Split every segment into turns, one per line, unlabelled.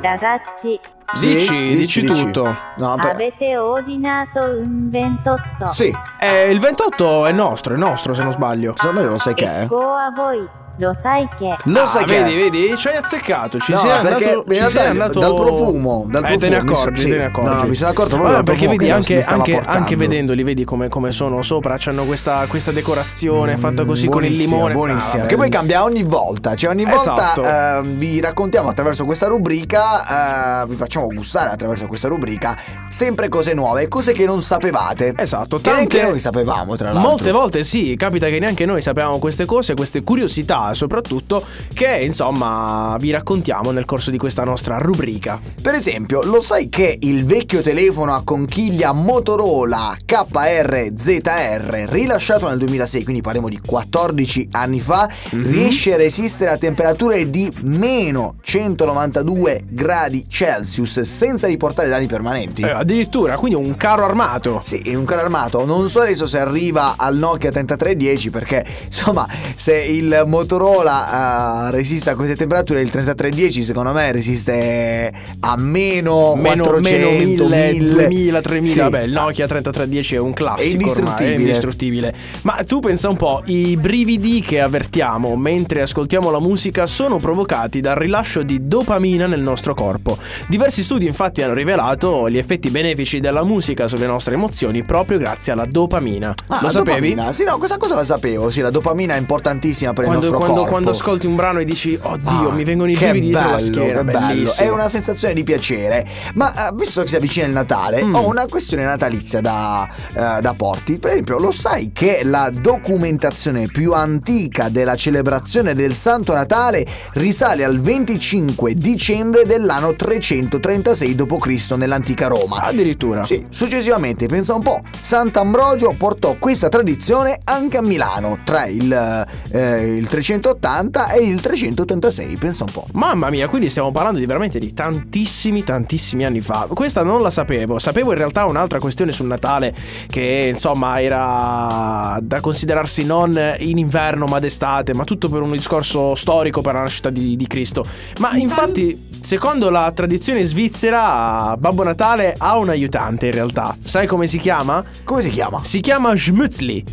Ragazzi,
Dici, dici, tutto.
Ah,
No, beh.
avete ordinato un 28.
Sì,
Eh, il 28 è nostro, è nostro se non sbaglio.
insomma io lo sai che è.
Ecco a voi, lo sai che
Lo
Ah,
sai che
vedi,
è.
vedi, ci hai azzeccato, ci
No,
sei
perché
andato,
in
ci
realtà
sei andato
dal profumo, dal
eh, te ne
profumo, mi so-
accorgi,
sì.
te ne accorgi.
No, no, mi sono accorto proprio
Ah,
dal
perché
profumo
vedi
che
anche,
mi stava
anche-
portando.
anche vedendoli, vedi come, come sono sopra, hanno questa, questa decorazione fatta così con il
Buonissimo,
limone.
Buonissimo.
Ah,
che poi
vabbè.
cambia ogni volta. Cioè, ogni
Esatto.
volta eh, vi raccontiamo attraverso questa rubrica, eh, vi facciamo gustare attraverso questa rubrica sempre cose nuove, cose che non sapevate.
Esatto,
Che
tante
neanche noi sapevamo, tra l'altro.
Molte volte sì, capita che neanche noi sappiamo queste cose, queste curiosità soprattutto che insomma vi raccontiamo nel corso di questa nostra rubrica.
Per esempio, lo sai che il vecchio telefono a conchiglia Motorola KRZR, rilasciato nel 2006, quindi parliamo di 14 anni fa, riesce a resistere a temperature di meno 192 gradi Celsius senza riportare danni permanenti?
Eh, addirittura, quindi un carro armato.
Sì, in un carro armato. Non so adesso se arriva al Nokia 3310 perché, insomma, se il Motorola eh, resiste a queste temperature, il 3310 secondo me resiste a meno,
Meno,
400,
meno 1000,
1000.
2000, 3000.
Sì.
Vabbè, il Nokia 3310 è un classico.
È indistruttibile.
ormai, è indistruttibile. Ma tu pensa un po', i brividi che avvertiamo mentre ascoltiamo la musica sono provocati dal rilascio di dopamina nel nostro corpo. Diversi studi, infatti, hanno rivelato gli effetti benefici della musica sulle nostre emozioni proprio grazie alla dopamina.
Ah,
Lo
la
sapevi?
dopamina. Sì, no, questa cosa la sapevo. Sì, la dopamina è importantissima per il
Quando,
nostro
quando-
corpo.
quando ascolti un brano e dici, oddio,
Ah,
mi vengono i
che
brividi dietro la
bello,
schiena.
che bello.
bellissimo.
È una sensazione di piacere. Ma eh, visto che si avvicina il Natale,
Mm.
ho una questione natalizia da, eh, da porti. Per esempio, lo sai che la documentazione più antica della celebrazione del Santo Natale risale al 25 dicembre dell'anno 336 d.C. nell'antica Roma.
Addirittura.
Sì, successivamente, pensa un po', Sant'Ambrogio portò questa tradizione anche a Milano tra il, eh, il 380 e il 386, pensa un po'.
Mamma mia, quindi stiamo parlando di veramente di tantissimi, tantissimi anni fa. Questa non la sapevo. Sapevo in realtà un'altra questione sul Natale che insomma era da considerarsi non in inverno ma d'estate, ma tutto per un discorso storico per la nascita di, di Cristo. Ma infatti, secondo la tradizione svizzera, Babbo Natale ha un aiutante in realtà. Sai come si chiama?
Come si chiama?
Si chiama Schmutzli.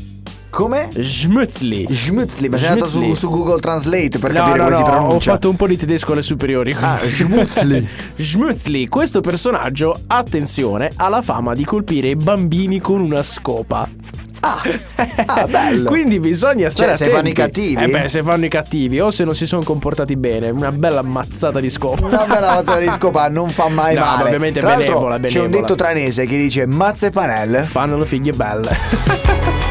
Come?
Schmutzli.
Schmutzli, ma sei andato
Schmutzli.
su, su Google Translate per
No,
capire
no,
come si
no, ho
pronuncia.
fatto un po' di tedesco alle superiori.
Ah, Schmutzli.
Schmutzli, questo personaggio, attenzione, ha la fama di colpire i bambini con una scopa.
Ah, ah, bello.
Quindi bisogna
Cioè,
stare
se
attenti.
fanno i cattivi?
Eh beh, se fanno i cattivi o se non si sono comportati bene, una bella mazzata di scopa.
Una bella mazzata di scopa non fa mai
No,
male.
ma ovviamente
Tra l'altro,
benevola,
C'è un
benevola.
detto tranese che dice mazze e panelle.
Fanno le figlie belle.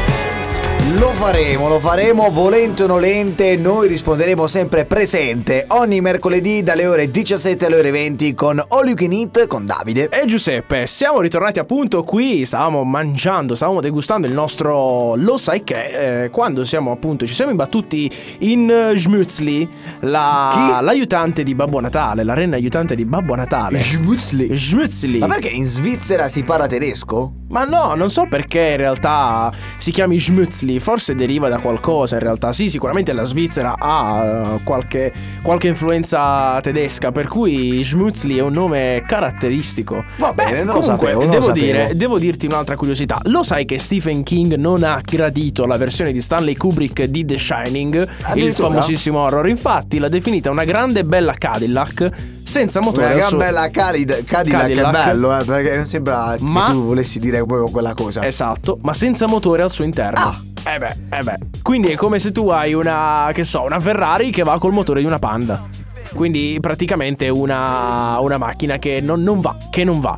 Lo faremo, lo faremo volente o nolente, noi risponderemo sempre presente ogni mercoledì dalle ore 17 alle ore 20 con All You Can Eat con Davide.
E Giuseppe, siamo ritornati appunto qui, stavamo mangiando, stavamo degustando il nostro lo sai che eh, quando siamo appunto ci siamo imbattuti in eh, Schmutzli, la-
Chi?
l'aiutante di Babbo Natale, la renna aiutante di Babbo Natale.
Schmutzli.
Schmutzli.
Ma perché in Svizzera si parla tedesco?
Ma no, non so perché in realtà si chiami Schmutzli, forse deriva da qualcosa in realtà. Sì, sicuramente la Svizzera ha eh, qualche, qualche influenza tedesca, per cui Schmutzli è un nome caratteristico.
Va bene, non lo
comunque,
sapevo, non lo
devo,
sapevo.
dire- devo dirti un'altra curiosità. Lo sai che Stephen King non ha gradito la versione di Stanley Kubrick di The Shining, il
Addirittura?
famosissimo horror. Infatti l'ha definita una grande e bella Cadillac senza motore.
Una
al
gran
suo-
bella Calid- Cadillac,
Cadillac.
è bello, eh, perché non sembra
Ma-
che tu volessi dire proprio quella cosa.
Esatto, ma senza motore al suo interno.
Ah.
Eh beh, eh beh. Quindi è come se tu hai una, che so, una Ferrari che va col motore di una Panda. Quindi praticamente una, una macchina che non, non va, che non va.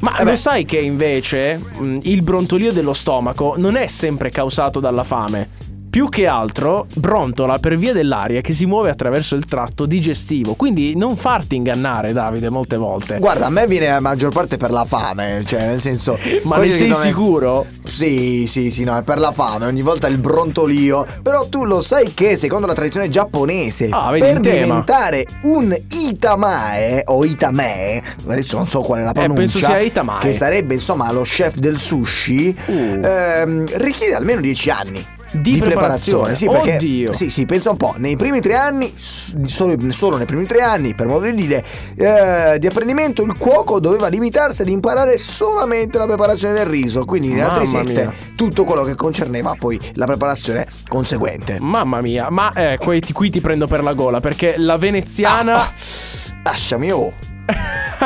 Ma
Eh
lo
beh.
sai che invece mh, il brontolio dello stomaco non è sempre causato dalla fame. Più che altro brontola per via dell'aria che si muove attraverso il tratto digestivo. Quindi non farti ingannare, Davide, molte volte.
Guarda, a me viene la maggior parte per la fame, cioè nel senso...
Ma ne
quelli che
sei
secondo me-
sicuro?
Sì, sì, sì, no, è per la fame, ogni volta il brontolio. Però tu lo sai che, secondo la tradizione giapponese,
Ah, vedi,
per
in tema.
diventare un itamae o itame, adesso non so qual è la pronuncia,
Eh, penso sia itamae.
che sarebbe insomma lo chef del sushi,
Uh.
ehm, richiede almeno 10 anni.
Di, preparazione.
Sì, perché,
Oddio.
Sì, sì, pensa un po', nei primi tre anni, s- solo, solo nei primi tre anni, per modo di dire, eh, di apprendimento il cuoco doveva limitarsi ad imparare solamente la preparazione del riso, quindi in altri
Mamma
sette
mia.
tutto quello che concerneva poi la preparazione conseguente.
Mamma mia, ma eh, qui, ti, qui ti prendo per la gola perché la veneziana.
Ah, Lasciami oh.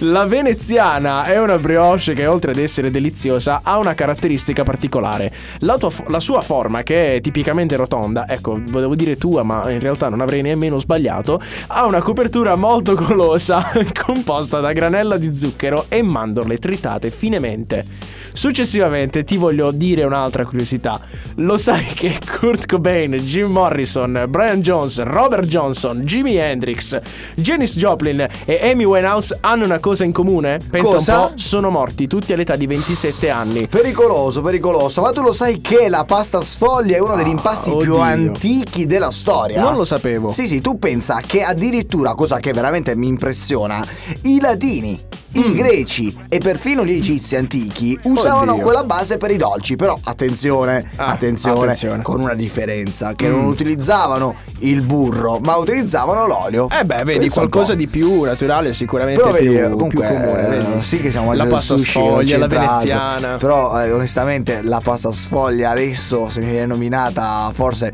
la veneziana è una brioche che oltre ad essere deliziosa ha una caratteristica particolare. La, tua fo- la sua forma, che è tipicamente rotonda, ecco, volevo dire tua, ma in realtà non avrei nemmeno sbagliato, ha una copertura molto golosa composta da granella di zucchero e mandorle tritate finemente. Successivamente ti voglio dire un'altra curiosità. Lo sai che Kurt Cobain, Jim Morrison, Brian Jones, Robert Johnson, Jimi Hendrix, Janis Joplin e Amy Winehouse hanno una cosa in comune? Pensa
Cosa?
un po', sono morti tutti all'età di 27 anni.
Pericoloso, pericoloso, ma tu lo sai che la pasta sfoglia è uno degli
Ah,
impasti
oddio.
più antichi della storia?
Non lo sapevo.
Sì, sì, tu pensa che addirittura, cosa che veramente mi impressiona, i latini,
Mm.
i greci e perfino gli egizi antichi usavano
Oddio.
quella base per i dolci, però attenzione,
Ah,
attenzione,
attenzione.
con una differenza, che
Mm.
non utilizzavano il burro, ma utilizzavano l'olio.
Eh beh, vedi,
Pensa un
qualcosa
po'.
di più naturale, sicuramente
Però
più,
vedi,
più
comunque,
comune.
eh,
vedi?
sì che siamo
la
mangiati
pasta
sushi, non
sfoglia, la
c'entra altro.
veneziana.
Però eh, onestamente la pasta sfoglia adesso se mi viene nominata forse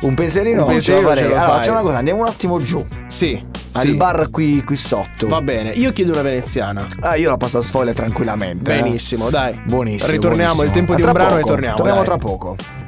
un pensierino,
Un
non ce
pensierino
la farei.
ce lo
allora
fai.
facciamo una cosa, andiamo un attimo giù
Sì,
al
sì.
bar qui, qui sotto.
Va bene, io chiedo una veneziana.
Ah, io la pasta sfoglia tranquillamente. eh.
Benissimo, dai.
Buonissimo.
Ritorniamo,
buonissimo.
il tempo
A
di
tra
un brano e
poco,
torniamo.
Torniamo
dai.
tra poco.